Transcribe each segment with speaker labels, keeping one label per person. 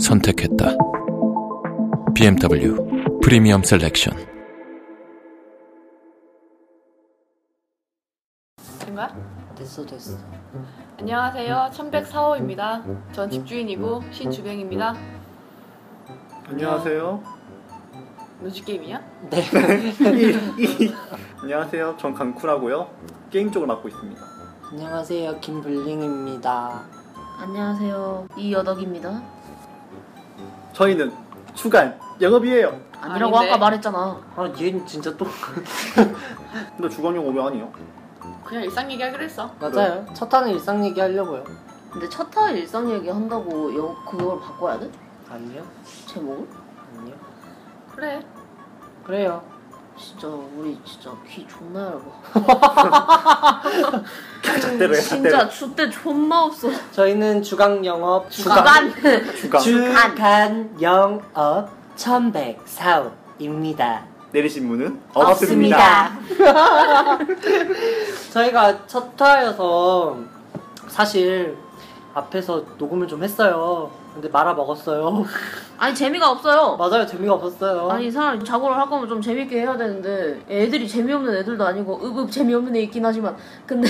Speaker 1: 선택했다. BMW 프리미엄 셀렉션.
Speaker 2: 된 거야?
Speaker 3: 됐어 됐어
Speaker 2: 안녕하세요. 1104호입니다. 전 집주인이고 신주병입니다.
Speaker 4: 안녕하세요.
Speaker 2: 노지게임이야?
Speaker 4: 안녕하세요. 전 강쿠라고요. 게임 쪽을 맡고 있습니다.
Speaker 3: 안녕하세요 김블링입니다
Speaker 5: 안녕하세요. 이여덕입니다.
Speaker 4: 저희는 주간 영업이에요.
Speaker 5: 아니라고
Speaker 2: 아닌데.
Speaker 5: 아까 말했잖아.
Speaker 3: 아얘 진짜 또
Speaker 4: 근데 주간용 오면 아니요.
Speaker 2: 그냥 일상 얘기하기로 했어.
Speaker 3: 맞아요 첫 탄은 일상 얘기 하려고요
Speaker 5: 근데 첫화 일상 얘기 한다고 여, 그걸 바꿔야 돼?
Speaker 3: 아니요
Speaker 5: 제목을?
Speaker 3: 아니요
Speaker 2: 그래.
Speaker 3: 그래요
Speaker 5: 진짜 우리 진짜 귀 존나 얇아.
Speaker 4: 잣대로 해.
Speaker 5: 진짜
Speaker 4: 잣대로.
Speaker 5: 주대 존나 없어.
Speaker 3: 저희는 주간 영업
Speaker 5: 주간.
Speaker 4: 주간
Speaker 3: 주간 영업 1104호입니다
Speaker 4: 내리신 분은 없습니다.
Speaker 5: 없습니다.
Speaker 3: 저희가 첫 화여서 사실 앞에서 녹음을 좀 했어요 근데 말아먹었어요
Speaker 5: 아니 재미가 없어요.
Speaker 3: 맞아요 재미가 없었어요 음,
Speaker 5: 아니 사람 자고를 할 거면 좀 재밌게 해야 되는데 애들이 재미없는 애들도 아니고 으읍 재미없는 애 있긴 하지만 근데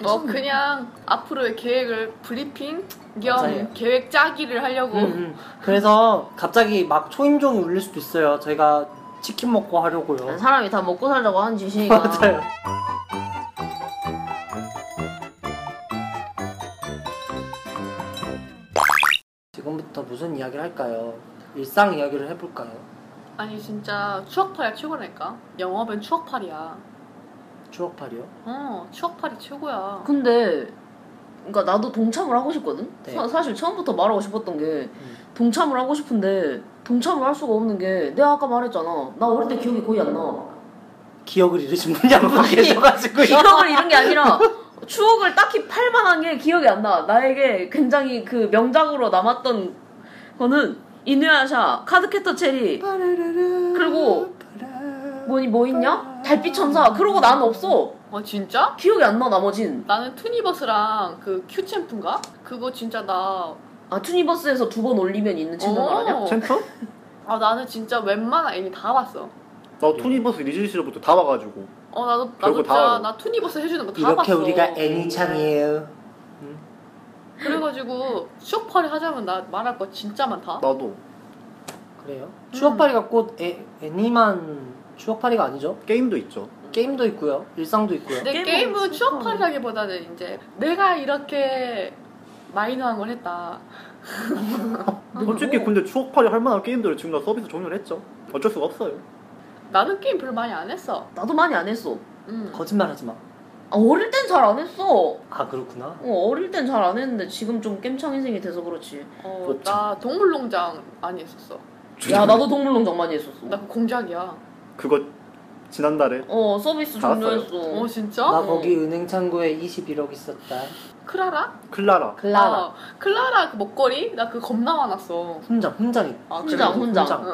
Speaker 2: 뭐 그냥 앞으로의 계획을 브리핑 겸
Speaker 3: 맞아요.
Speaker 2: 계획 짜기를 하려고
Speaker 5: 뭐.
Speaker 3: 음, 음. 그래서 갑자기 막 초인종이 울릴 수도 있어요. 저희가 치킨 먹고 하려고요.
Speaker 5: 사람이 다 먹고 살자고 하는 짓이니까
Speaker 3: 뭐? 맞아요. 지금부터 무슨 이야기를 할까요? 일상 이야기를 해볼까요?
Speaker 2: 아니 진짜 추억팔이야 최고라니까. 영업은 추억팔이야.
Speaker 3: 추억팔이요?
Speaker 2: 어 추억팔이 최고야.
Speaker 5: 근데 그러니까 나도 동참을 하고 싶거든.
Speaker 3: 네.
Speaker 5: 사- 사실 처음부터 말하고 싶었던 게 동참을 하고 싶은데 동참을 할 수가 없는 게 내가 아까 말했잖아. 나 어릴 때 기억이 거의 안 나.
Speaker 3: 기억을 잃으신 분이 한분 계셔가지고
Speaker 5: 기억을 잃은 게 아니라 추억을 딱히 팔만한 게 기억이 안 나. 나에게 굉장히 그 명작으로 남았던 거는 이누야샤, 카드캐터 체리, 그리고 뭐니 뭐 있냐? 달빛 천사. 그러고 난 없어.
Speaker 2: 어 진짜?
Speaker 5: 기억이 안 나 나머진.
Speaker 2: 나는 투니버스랑 그 큐챔프인가? 그거 진짜 나.
Speaker 5: 아 투니버스에서 두 번 올리면 있는 친구
Speaker 2: 어.
Speaker 5: 말하냐?
Speaker 4: 챔프?
Speaker 2: 아 나는 진짜 웬만한 애니 다 봤어.
Speaker 4: 나 투니버스 리즈시로부터 다 와가지고
Speaker 2: 어 나도 나도
Speaker 4: 별거 다
Speaker 2: 진짜
Speaker 4: 알아.
Speaker 2: 나 투니버스 해주는 거 다
Speaker 3: 이렇게
Speaker 2: 봤어.
Speaker 3: 우리가 애니창이에요.
Speaker 2: 그래가지고 추억팔이 하자면 나 말할 거 진짜
Speaker 3: 뭐,
Speaker 2: 많다.
Speaker 4: 나도
Speaker 3: 그래요?
Speaker 5: 음.
Speaker 3: 추억팔이가 꼭 애, 애니만 추억팔이가 아니죠?
Speaker 4: 게임도 있죠.
Speaker 3: 게임도 있고요, 일상도 있고요.
Speaker 2: 근데
Speaker 5: 게임은
Speaker 2: 게임은
Speaker 5: 진짜.
Speaker 2: 추억팔이라기보다는 이제 내가 이렇게 마이너한 걸 했다.
Speaker 4: 솔직히 근데 추억팔이 할 만한 게임들을 지금 다 서비스 종료를 했죠. 어쩔 수가 없어요.
Speaker 2: 나는 게임 별로 많이 안 했어.
Speaker 5: 나도 많이 안 했어.
Speaker 2: 음.
Speaker 3: 거짓말하지 마.
Speaker 5: 아, 어릴 땐 잘 안 했어. 어,
Speaker 3: 아 그렇구나.
Speaker 5: 어릴 땐 잘 안 했는데 지금 좀 깸창 인생이 돼서 그렇지.
Speaker 2: 어,
Speaker 4: 그렇죠.
Speaker 2: 나 동물농장 많이 했었어.
Speaker 5: 야 나도 동물농장 많이 했었어.
Speaker 2: 나 그 공작이야.
Speaker 4: 그거 지난달에
Speaker 5: 어 서비스
Speaker 4: 다
Speaker 2: 어
Speaker 5: 종료했어. 네.
Speaker 2: 진짜?
Speaker 3: 나 거기 은행 창고에 21억 있었다.
Speaker 2: 클라라?
Speaker 4: 클라라
Speaker 3: 클라라.
Speaker 2: 어, 클라라 그 목걸이 나 그 겁나 많았어.
Speaker 3: 훈장, 훈장이.
Speaker 2: 아,
Speaker 5: 혼자
Speaker 2: 그래가지고
Speaker 5: 혼자
Speaker 3: 혼자.
Speaker 5: 혼자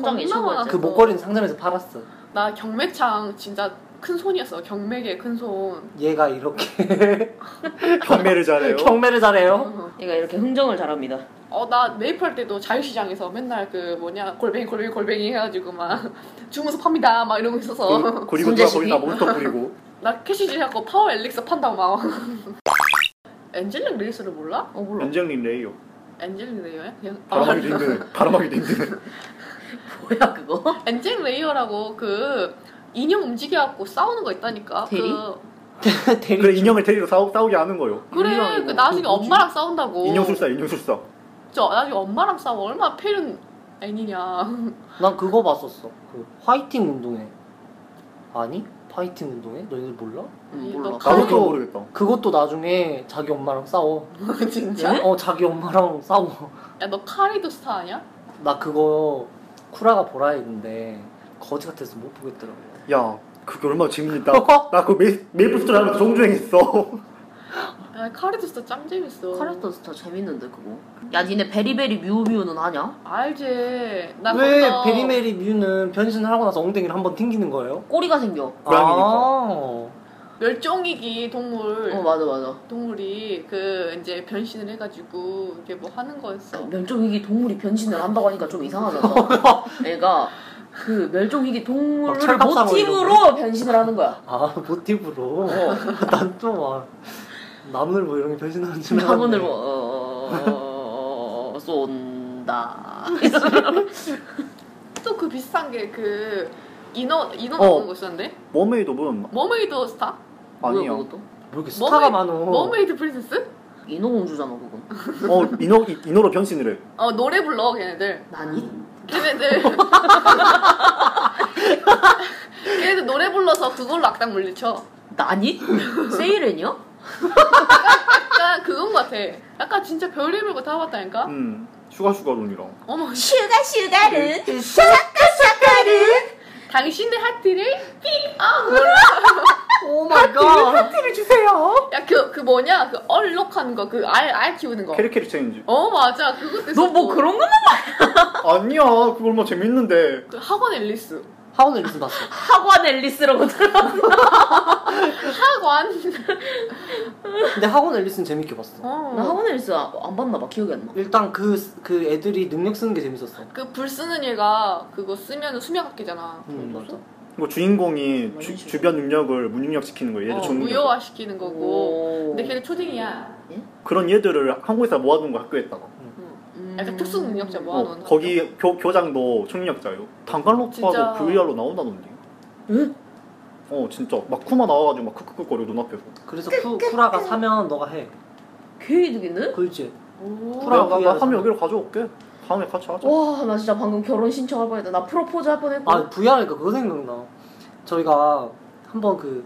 Speaker 2: 겁나
Speaker 5: 친구였지.
Speaker 2: 많았어.
Speaker 3: 그 목걸이는 상점에서 팔았어.
Speaker 2: 나 경매창 진짜 큰 손이었어. 경매계 큰 손.
Speaker 3: 얘가 이렇게
Speaker 4: 경매를 잘해요.
Speaker 3: 경매를 잘해요.
Speaker 5: 얘가 이렇게 흥정을 잘합니다.
Speaker 2: 어 나 매입할 때도 자유시장에서 맨날 그 뭐냐 골뱅이 골뱅이 골뱅이 해가지고 막 주문서 팝니다 막 이러고 있어서
Speaker 4: 그- 그리고
Speaker 5: 손재
Speaker 4: 누가
Speaker 5: 시비?
Speaker 4: 거기다 몬스터 뿌리고
Speaker 2: 나 캐시지 하고 파워 엘릭서 판다고 막. 엔젤링 레이스를 몰라?
Speaker 5: 어 몰라.
Speaker 4: 연장린 레이요.
Speaker 2: 엔젤링 레이어야? 그냥- 아,
Speaker 4: 바람하기도 힘드네. 바람하기도 힘드네.
Speaker 5: 뭐야 그거?
Speaker 2: 엔젤링 레이어라고 그 인형 움직여갖고 싸우는 거 있다니까.
Speaker 5: 대리?
Speaker 2: 그,
Speaker 3: 대리.
Speaker 4: 그래 인형을 데리러 싸우, 싸우게 하는 거요.
Speaker 2: 그래,
Speaker 5: 인형이고.
Speaker 2: 그 나중에
Speaker 5: 그 뭐지?
Speaker 2: 엄마랑 싸운다고.
Speaker 4: 인형 술사, 인형 술사.
Speaker 2: 저 나중에 엄마랑 싸워. 얼마나 패륜 애니냐.
Speaker 5: 음,
Speaker 3: 난 그거 봤었어. 그 화이팅 운동회. 아니? 파이팅 운동회? 너희들 몰라?
Speaker 5: 음,
Speaker 2: 너
Speaker 5: 몰라.
Speaker 2: 가-
Speaker 4: 나도
Speaker 3: 그거-
Speaker 4: 그거 모르겠다.
Speaker 3: 그것도 나중에 자기 엄마랑 싸워.
Speaker 2: 진짜?
Speaker 3: 어, 자기 엄마랑 싸워.
Speaker 2: 야 너 카리도 스타 아니야?
Speaker 3: 나 그거 쿠라가 보라 했는데 거지 같아서 못 보겠더라고.
Speaker 4: 야, 그게 얼마나 재밌다. 나 그거 메- 메이플 스토리 하면서 정주행했어.
Speaker 2: 야 카리도 스타 짱 재밌어
Speaker 5: 카레타 스타 재밌는데 그거. 야 니네 베리베리 뮤뮤는 하냐?
Speaker 2: 알지 나
Speaker 3: 왜
Speaker 2: 그거-
Speaker 3: 베리메리 뮤는 변신을 하고 나서 엉덩이를 한 번 튕기는 거예요?
Speaker 5: 꼬리가 생겨. 어,
Speaker 4: 고양이니까.
Speaker 2: 멸종이기 동물
Speaker 5: 어 맞아 맞아.
Speaker 2: 동물이 그 이제 변신을 해가지고 이게 뭐 하는 거였어
Speaker 5: 멸종위기 동물이 변신을 한다고 하니까 좀 이상하잖아. 애가 그 멸종위기
Speaker 3: 막
Speaker 5: 동물을
Speaker 3: 철갑상어
Speaker 5: 모티브로 변신을 하는 거야.
Speaker 3: 아, 모티브로. 난또 막, 나무늘 보 이런 게 변신하는 줄 알았네.
Speaker 5: 나무늘 뭐 어, 쏜다.
Speaker 2: 또 그 비슷한 게 그 인어 인어
Speaker 3: 어.
Speaker 2: 나오는 거 있었는데
Speaker 4: 머메이드 분
Speaker 2: 머메이드 스타
Speaker 5: 뭐야,
Speaker 4: 아니요.
Speaker 5: 그것도?
Speaker 3: 뭐 이렇게 스타가 많어.
Speaker 2: 머메이드 프린세스
Speaker 5: 인어공주잖아 그건.
Speaker 4: 어, 인어, 이- 인어로 변신을 해.
Speaker 2: 어 노래 불러 걔네들
Speaker 5: 난
Speaker 2: 걔네들 걔네들 노래 불러서 그걸로 악당 물리쳐
Speaker 5: 난이? 세이렌이요?
Speaker 2: 약간 그건 같아 약간 진짜 별의별 거 다 봤다니까
Speaker 4: 음, 슈가슈가 돈이랑.
Speaker 2: 어머 씨,
Speaker 5: 슈가 슈가는
Speaker 2: 당신의 하트를
Speaker 3: 오 마이 갓. 파티를 주세요.
Speaker 2: 야그 그 뭐냐 그 얼룩한 거 그 알 알 키우는 거
Speaker 4: 캐리캐리 체인지.
Speaker 2: 어 맞아 그것도
Speaker 5: 너 뭐
Speaker 2: 있었고.
Speaker 5: 그런 거만
Speaker 4: 아니야, 그거 얼마나 재밌는데.
Speaker 2: 그 학원 앨리스
Speaker 3: 하원을 리슨 봤어.
Speaker 5: 학원 앨리스라고 들어.
Speaker 2: 학원
Speaker 3: 근데 하원 앨리스는 재밌게 봤어.
Speaker 5: 나
Speaker 2: 어.
Speaker 5: 학원 앨리스 안, 안 봤나 봐 기억이 안 나.
Speaker 3: 일단 그, 그 애들이 능력 쓰는 게 재밌었어.
Speaker 2: 그불 쓰는 얘가 그거 쓰면 수명 아끼잖아
Speaker 3: 음, 맞아.
Speaker 4: 그 주인공이 주, 주변 능력을 무능력시키는 거예요. 얘들
Speaker 2: 어,
Speaker 4: 전문.
Speaker 2: 무효화시키는 거고
Speaker 5: 오.
Speaker 2: 근데 걔는 초딩이야
Speaker 4: 그런 얘들을 한국에서 모아둔 거 학교에다가.
Speaker 5: 음.
Speaker 2: 약간 특수 능력자 뭐
Speaker 4: 어,
Speaker 2: 모아놓은
Speaker 4: 거기 교, 교장도 총력자예요.
Speaker 2: 진짜.
Speaker 4: 단갈로프하고 VR로 나온다던데.
Speaker 5: 응?
Speaker 4: 어, 진짜. 막 쿠마 나와가지고 막 크크크거리고 눈앞에서.
Speaker 3: 그래서 쿠, 쿠라가 사면 너가 해.
Speaker 5: 개 이득이네?
Speaker 3: 그렇지.
Speaker 2: 오.
Speaker 3: 프로-
Speaker 4: 내가 나
Speaker 3: VR에서.
Speaker 4: 하면 여기로 가져올게. 다음에 같이 하자.
Speaker 5: 와, 나 진짜 방금 결혼 신청할 뻔했다. 나 프로포즈 할 뻔했고.
Speaker 3: 아, VR이니까 그거 생각나. 저희가 한번 그,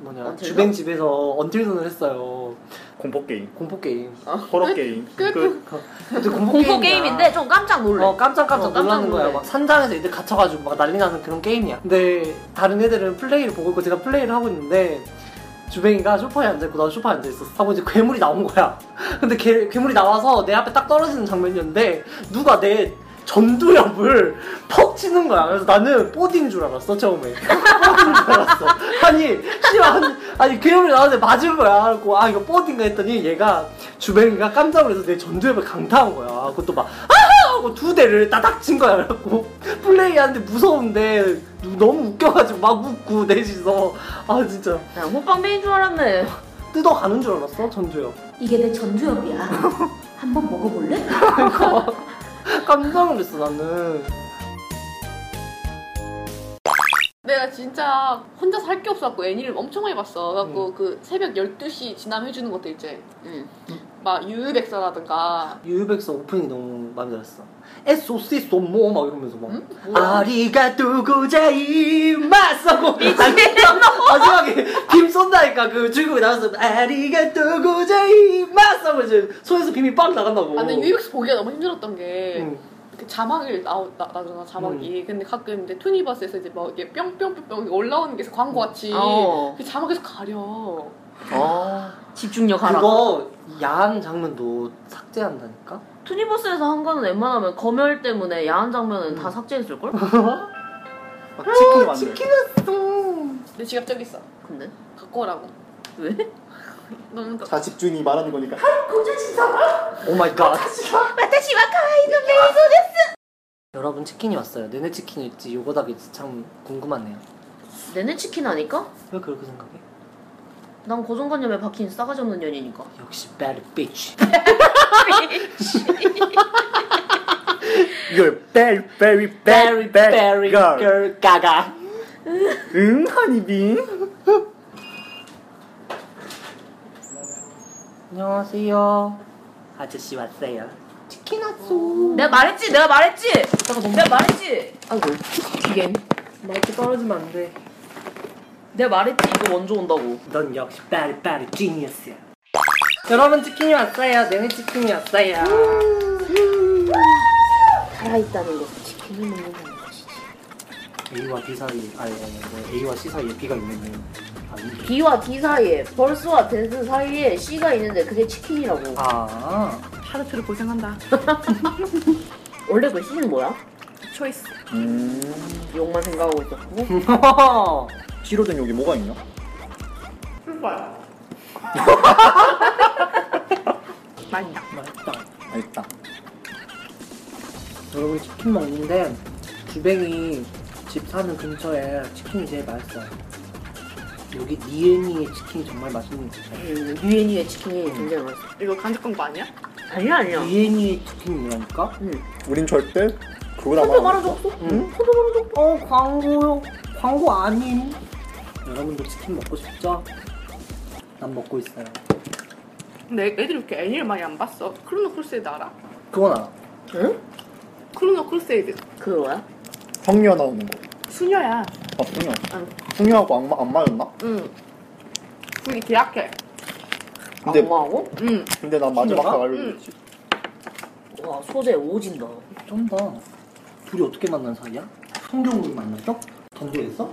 Speaker 3: 뭐냐,
Speaker 5: 언틸
Speaker 3: 주변 집에서 언틸돈을 했어요.
Speaker 4: 공포 게임,
Speaker 3: 공포 게임.
Speaker 4: 호러 게임.
Speaker 2: 끝.
Speaker 4: 그
Speaker 3: 근데 공포,
Speaker 5: 공포
Speaker 3: 게임이야.
Speaker 5: 게임인데 좀 깜짝 놀래.
Speaker 3: 어 깜짝깜짝
Speaker 5: 어, 깜짝
Speaker 3: 놀라는 거야.
Speaker 5: 놀래.
Speaker 3: 막 산장에서 애들 갇혀가지고 막 난리 나는 그런 게임이야. 근데 다른 애들은 플레이를 보고 있고 제가 플레이를 하고 있는데 주뱅이가 소파에 앉아있고 나도 소파에 앉아있었어. 하고 이제 괴물이 나온 거야. 근데 괴, 괴물이 나와서 내 앞에 딱 떨어지는 장면이었는데 누가 내 전두엽을 퍽 치는 거야. 그래서 나는 뽀디인 줄 알았어, 처음에. 뽀디인 줄 알았어. 아니, 씨발, 아니, 아니, 괴물이 나한테 맞은 거야. 그래고, 아, 이거 뽀디인가 했더니 얘가 주뱅이가 깜짝 놀라서 내 전두엽을 강타한 거야. 그것도 막, 하고 두 대를 따닥 친 거야. 그래갖고 플레이하는데 무서운데 너무 웃겨가지고 막 웃고 넷이서 아 진짜
Speaker 5: 야, 호빵뱅인 줄 알았네.
Speaker 3: 뜯어가는 줄 알았어 전주요.
Speaker 5: 이게 내 전두엽이야. 한번 먹어볼래?
Speaker 3: 그러니까. 깜짝 놀랐어 나는.
Speaker 2: 내가 진짜 혼자서 할 게 없어갖고 애니를 엄청 많이 봤어 그래갖고 그 새벽 12시 지나면 해주는 것도 있지
Speaker 5: 응.
Speaker 2: 막 유유백서라든가
Speaker 3: 유유백서 오프닝이 너무 마음에 들었어. 에소시 소모 막 이러면서 막
Speaker 2: 응? 뭐야?
Speaker 3: 아리가또 고자이마스하고 마지막에 빔 쏜다니까 그 주인공이 나와서 아리가또 고자이마스하고 이제 손에서 빔이 빵 나간다고.
Speaker 2: 아, 근데 유유백서 보기가 너무 힘들었던 게
Speaker 3: 응.
Speaker 2: 이렇게 자막을 나오, 나, 나잖아
Speaker 6: 음.
Speaker 2: 자막이 근데 가끔 이제 투니버스에서 이제 막 이렇게 뿅뿅뿅뿅 올라오는 게 있어, 광고같이
Speaker 5: 어.
Speaker 2: 그 자막에서 가려
Speaker 4: 아,
Speaker 5: 집중력 하라.
Speaker 3: 그거 야한 장면도 삭제한다니까?
Speaker 5: 투니버스에서 한 거는 웬만하면 검열 때문에 야한 장면은 다 삭제했을걸?
Speaker 4: 막 치킨 만들.
Speaker 2: 내 지갑 저기 있어
Speaker 5: 근데
Speaker 2: 갖고 오라고
Speaker 5: 왜?
Speaker 2: 너무 까-
Speaker 4: 자집주인이 말하는 거니까.
Speaker 3: 오 Oh 마이 갓.
Speaker 5: 마타시와 카이노
Speaker 3: 여러분 치킨이 왔어요. 내내 치킨일지 요거닭일지 참 궁금하네요.
Speaker 5: 내내 치킨 아닐까?
Speaker 3: 왜 그렇게 생각해?
Speaker 5: 난 고정관념에 박힌 싸가지 없는 년이니까.
Speaker 3: 역시 bad bitch.
Speaker 4: You're very, very,
Speaker 3: Very very girl,
Speaker 4: girl.
Speaker 3: 가가.
Speaker 4: 응, 허니비.
Speaker 3: 안녕하세요. 아저씨 왔어요. 치킨 왔어.
Speaker 5: 내가 말했지, 내가 말했지, 내가 말했지. 아이고, 이게
Speaker 3: 마이크 떨어지면 안 돼.
Speaker 5: 내가 말했지 이거 먼저 온다고
Speaker 3: 넌 역시 빠리 빠리 지니어스야. 여러분 치킨이 왔어요. 내내 치킨이 왔어요.
Speaker 5: 살아있다는 것은 치킨을 먹는 것이지
Speaker 3: A와 B 사이 아니 아니 뭐 A와 C 사이에 B가 있는 아니.
Speaker 5: B와 D 사이에 벌스와 데스 사이에 C가 있는데 그게 치킨이라고
Speaker 3: 아
Speaker 6: 하루트를 고생한다.
Speaker 5: 원래 그 C는 뭐야? 음.
Speaker 6: 초이스.
Speaker 5: 욕만 생각하고 있었고
Speaker 4: C로 된 여기 뭐가 있냐?
Speaker 6: 맛있다.
Speaker 3: 맛있다.
Speaker 4: 맛있다
Speaker 3: 여러분 치킨 먹는데 주뱅이 집 사는 근처에 치킨이 제일 맛있어요. 여기 니엔이의 치킨이 정말 맛있는 집.
Speaker 5: 유엔이의 음. 치킨이 굉장히 맛있어
Speaker 6: 이거 간접 광고 아니야?
Speaker 5: 아니야 아니야
Speaker 3: 니엔이의 치킨이라니까?
Speaker 5: 응.
Speaker 4: 우린 절대 그거다
Speaker 5: 혼자 말한 적 없어?
Speaker 3: 응?
Speaker 5: 혼자 말한 적 없어?
Speaker 3: 어 광고요. 광고 아님. 여러분도 치킨 먹고 싶죠? 난 먹고 있어요.
Speaker 6: 근데 애들이 이렇게 애니를 많이 안 봤어. 크로노 크루세이드 알아?
Speaker 3: 그건 알아.
Speaker 5: 응?
Speaker 6: 크로노 크루세이드.
Speaker 5: 그게 뭐야?
Speaker 4: 황녀 나오는 거
Speaker 6: 수녀야.
Speaker 4: 아, 황녀
Speaker 6: 응.
Speaker 4: 황녀하고 악마, 악마였나?
Speaker 6: 응. 둘이 계약해.
Speaker 4: 근데-
Speaker 5: 악마하고?
Speaker 6: 응.
Speaker 4: 근데 난 마지막
Speaker 3: 황녀가?
Speaker 4: 가 알고 있지
Speaker 5: 와 소재 오진다
Speaker 3: 좀 더. 둘이 어떻게 만난 사이야? 성경으로 만났어? 던전에서?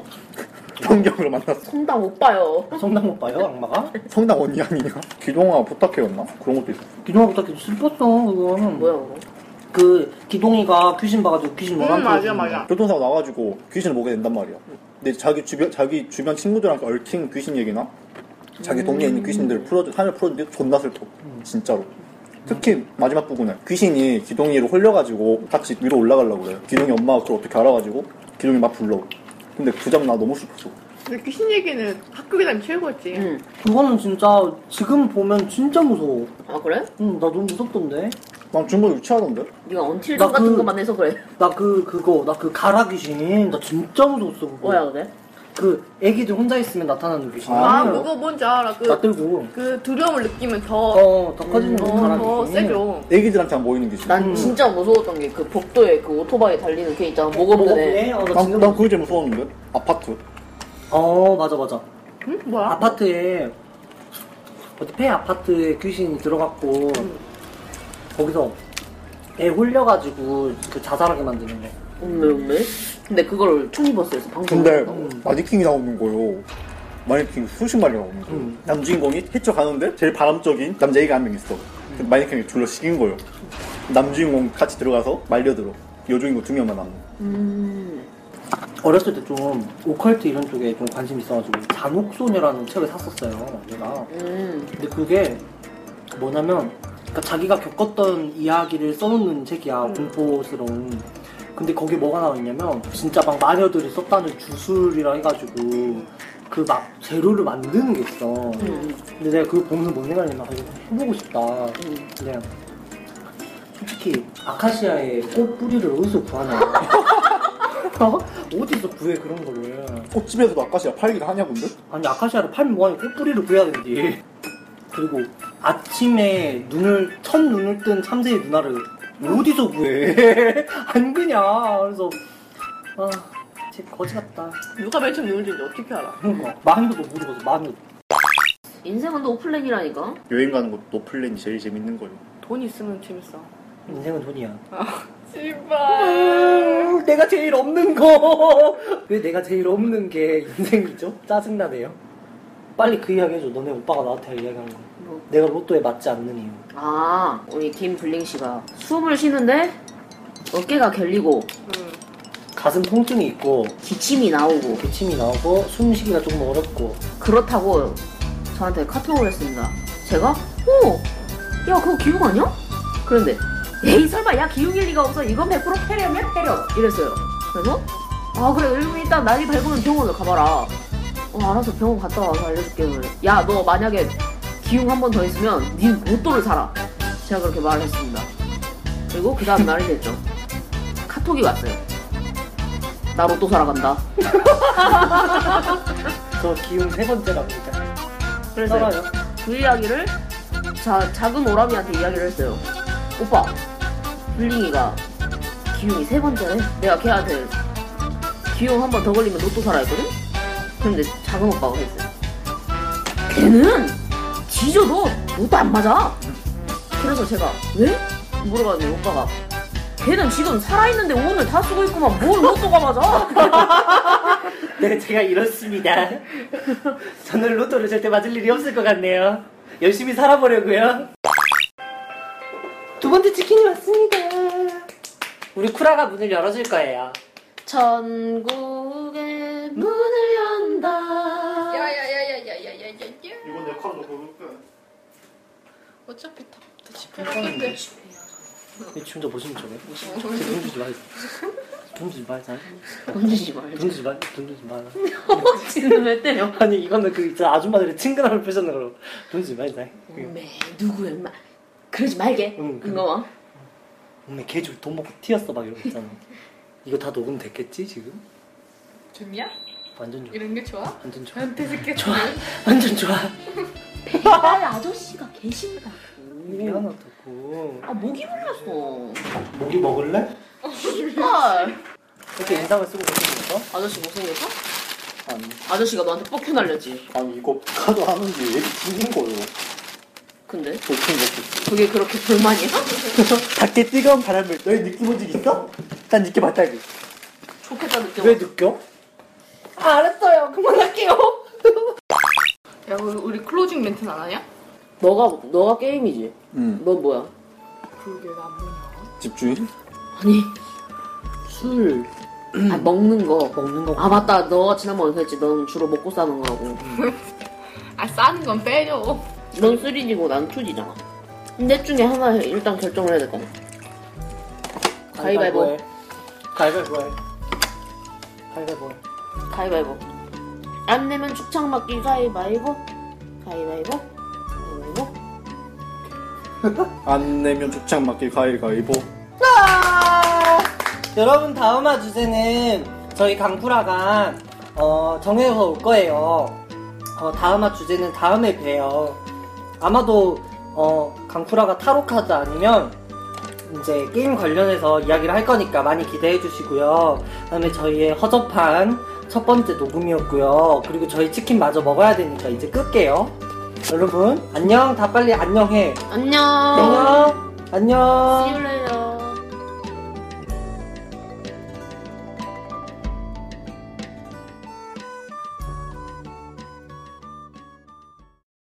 Speaker 4: 성경으로 만났어
Speaker 5: 성당 오빠요
Speaker 3: 성당 못 봐요, 악마가?
Speaker 4: 성당 언니 아니냐? 기동아 부탁해였나? 그런 것도 있어
Speaker 3: 기동아부터 계속 슬펐어, 그거는.
Speaker 5: 뭐야 그거?
Speaker 3: 그, 기동이가 귀신 봐가지고 귀신
Speaker 6: 응
Speaker 3: 너랑
Speaker 6: 음, 맞아 맞아.
Speaker 4: 교통사고 나가지고 귀신을 보게 된단 말이야 근데 자기 주변, 자기 주변 친구들랑 얽힌 귀신 얘기나 자기
Speaker 5: 음.
Speaker 4: 동네에 있는 귀신들 풀어줘, 산을 풀어주는데 존나 슬퍼 진짜로 특히 마지막 부분에 귀신이 기동이로 홀려가지고 같이 위로 올라가려고 그래 기동이 엄마가 그걸 어떻게 알아가지고 기동이 막 불러 근데 그 점 나 너무 슬펐어
Speaker 6: 근데 그 귀신 얘기는 학교 기담이 최고였지.
Speaker 5: 응.
Speaker 3: 그거는 진짜 지금 보면 진짜 무서워.
Speaker 5: 아 그래?
Speaker 3: 응, 나 너무 무섭던데.
Speaker 4: 난 중간에 유치하던데
Speaker 5: 네가 언틸
Speaker 3: 나
Speaker 5: 전 같은
Speaker 3: 그-
Speaker 5: 것만 해서 그래 음.
Speaker 3: 나 그, 그거, 나 그 가라 귀신. 나 진짜 무서웠어, 그거.
Speaker 5: 뭐야 그게?
Speaker 3: 그, 애기들 혼자 있으면 나타나는 귀신.
Speaker 6: 아
Speaker 4: 아니요.
Speaker 6: 그거 뭔지 알아. 그,
Speaker 3: 나 들고.
Speaker 6: 그 두려움을 느끼면 더,
Speaker 3: 어, 더 커지는
Speaker 6: 더,
Speaker 3: 거 가라
Speaker 6: 더
Speaker 3: 귀신.
Speaker 6: 세죠.
Speaker 4: 애기들한테 안 보이는 귀신
Speaker 5: 난 진짜 무서웠던 게 그 복도에 그 오토바이 달리는 걔 있잖아 목없는 애.
Speaker 3: 먹었네? 어, 나
Speaker 4: 난,
Speaker 3: 지금.
Speaker 4: 난 그게 제일 무서웠는데 아파트
Speaker 3: 어, 맞아, 맞아.
Speaker 6: 응? 뭐야?
Speaker 3: 아파트에 어디 폐 아파트에 귀신이 들어갔고 거기서 애 홀려가지고 그 자살하게 만드는 거.
Speaker 5: 없네 음, 없네. 근데 그걸 초니버스에서 방송.
Speaker 4: 근데 마네킹이 나오는 거요. 마네킹 수십 마리 나오는 거요.
Speaker 3: 음.
Speaker 4: 남주인공이 헤쳐가는데 제일 바람적인 남자애가 한 명 있어. 근데 마네킹이 둘러 식인 거요. 남주인공 같이 들어가서 말려들어. 여주인공 두 명만 남는.
Speaker 5: 음.
Speaker 3: 어렸을 때 좀 오컬트 이런 쪽에 좀 관심 있어가지고 잔혹소녀라는 책을 샀었어요. 내가.
Speaker 5: 음.
Speaker 3: 근데 그게 뭐냐면 그러니까 자기가 겪었던 이야기를 써놓는 책이야 공포스러운 근데 거기에 뭐가 나와있냐면 진짜 막 마녀들이 썼다는 주술이라 해가지고 그 막 재료를 만드는 게 있어 근데 내가 그거 보면서 뭔 생각이냐면 아, 이거 해보고 싶다 근데 솔직히 아카시아의 꽃 뿌리를 어디서 구하나 어? 어디서 구해 그런 거를
Speaker 4: 꽃집에서도 아까시야 팔기를 하냐 근데?
Speaker 3: 아니 아카시아를 팔면 뭐하니 꽃뿌리를 구해야 되지 그리고 아침에 눈을 첫 눈을 뜬 참새의 누나를 어디서 구해 안 그냥 그래서 아제 거지 같다
Speaker 6: 누가 맨 처음 누군지 어떻게 알아?
Speaker 3: 그러니까 마음도 모르고 마음도
Speaker 5: 인생은 오플랜이라니까.
Speaker 4: 여행 가는 것도 노플랜이 제일 재밌는 거요.
Speaker 6: 돈 있으면 재밌어.
Speaker 3: 인생은 돈이야 음,
Speaker 6: 제발.
Speaker 3: 내가 제일 없는 거왜 내가 제일 없는 게 인생이죠 짜증나네요 빨리 그 이야기 해줘 너네 오빠가 나한테 이야기하는 거
Speaker 5: 뭐?
Speaker 3: 내가 로또에 맞지 않는 이유
Speaker 5: 아 우리 김블링 씨가 숨을 쉬는데 어깨가 결리고
Speaker 6: 응.
Speaker 3: 가슴 통증이 있고
Speaker 5: 기침이 나오고
Speaker 3: 기침이 나오고 숨쉬기가 조금 어렵고
Speaker 5: 그렇다고 저한테 카톡을 했습니다. 제가 오, 야 그거 기육 아니야? 그런데 에이 설마 야 기육일 리가 없어. 이건 100% 폐렴이야 폐렴. 이랬어요. 그래서 아 그래 그러면 일단 날이 밝으면 병원을 가봐라. 어 알아서 병원 갔다 와서 알려줄게. 야 너 만약에 기육 한 번 더 있으면 네 로또를 사라. 제가 그렇게 말을 했습니다. 그리고 그 다음 날이 됐죠. 카톡이 왔어요. 나 로또 사러 간다.
Speaker 3: 저 기운 세 번째랍니다
Speaker 5: 그래서 그 이야기를 자, 작은 오라미한테 이야기를 했어요. 오빠, 블링이가 기용이 세 번째네? 내가 걔한테 기용 한 번 더 걸리면 로또 사라 했거든? 근데 작은 오빠가 그랬어요. 걔는 뒤져도 옷도 안 맞아. 그래서 제가 왜? 물어봤는데 오빠가 걔는 지금 살아있는데 오늘 다 쓰고 있구만 뭘 로또가 맞아?
Speaker 3: 네, 제가 이렇습니다. 저는 로또를 절대 맞을 일이 없을 것 같네요. 열심히 살아보려고요. 두 번째 치킨이 왔습니다. 우리 쿠라가 문을 열어줄 거예요.
Speaker 5: 전국의 문을 연다
Speaker 2: 야야야야야야야야.
Speaker 4: 이번 역할은 너무
Speaker 2: 어차피 다, 다 집행하는데.
Speaker 3: 춤도 보시면 좋아요. 돈 주지 마. 돈
Speaker 5: 던지지
Speaker 3: 주지 마.
Speaker 5: 말자
Speaker 3: 돈 주지 마. 돈 주지 마.
Speaker 5: 지는 왜 때려
Speaker 3: 아니 이거는 그 진짜 아줌마들의 친근함을 표현하는 걸로 돈 주지 말자.
Speaker 5: 매 누구의 말 그러지 말게
Speaker 3: 응, 그래.
Speaker 5: 이거 봐
Speaker 3: 오늘 개줄 돈 먹고 튀었어 막 이러고 있잖아. 이거 다 녹음 됐겠지 지금?
Speaker 2: 좋냐?
Speaker 3: 완전 좋아.
Speaker 2: 이런 게 좋아?
Speaker 3: 완전 좋아.
Speaker 2: 변태 새끼
Speaker 3: 좋아. 완전 좋아.
Speaker 5: 배달 아저씨가 계신다
Speaker 3: 미안하다고.
Speaker 5: 아 목이 불렀어 어,
Speaker 3: 목이 먹을래?
Speaker 5: 신발
Speaker 3: 이렇게 인상을 쓰고 계시면서
Speaker 5: 아저씨 못생겼어?
Speaker 4: 아니
Speaker 5: 아저씨가 너한테 뻑큐 날렸지
Speaker 4: 아니 이거 카드 하는 게 얘기 튕긴 거예요
Speaker 5: 근데
Speaker 4: 돌풍 먹고
Speaker 5: 그게 그렇게 불만이야?
Speaker 4: 닭게 뜨거운 바람을 너희 느끼본 적 있어? 난 느껴봤다 이거
Speaker 5: 좋겠다 느껴
Speaker 3: 왜 느껴?
Speaker 5: 아, 알았어요 그만할게요
Speaker 2: 야 우리, 우리 클로징 멘트는 안 하냐?
Speaker 5: 너가 너가 게임이지
Speaker 4: 응
Speaker 5: 너 뭐야
Speaker 2: 그러게 나안 보냐.
Speaker 4: 집주인?
Speaker 5: 아니
Speaker 3: 술
Speaker 5: 아, 먹는 거.
Speaker 3: 먹는 거.
Speaker 5: 아 맞다 너 지난번에 그랬지 넌 주로 먹고 싸는 거라고
Speaker 2: 아 싸는 건 빼줘.
Speaker 5: 넌 3D고 난 2D잖아 넷 중에 하나 일단 결정을 해야 될 거 같아 가위바위보.
Speaker 3: 아, 해. 가위바위보 해. 가위바위보 해.
Speaker 5: 가위바위보 안 내면 축창 맞기 가위바위보 가위바위보 가위바위보
Speaker 4: 안 내면 죽창 맞길 가위가위보
Speaker 3: 여러분 다음화 주제는 저희 강구라가 어, 정해서 올 거예요. 어, 다음화 주제는 다음에 봬요. 아마도 어, 강구라가 타로 카드 아니면 이제 게임 관련해서 이야기를 할 거니까 많이 기대해 주시고요. 그다음에 저희의 허접한 첫 번째 녹음이었고요. 그리고 저희 치킨 마저 먹어야 되니까 이제 끌게요. 여러분 안녕 다 빨리 안녕해.
Speaker 5: 안녕
Speaker 3: 안녕 안녕.
Speaker 5: 어. See you later.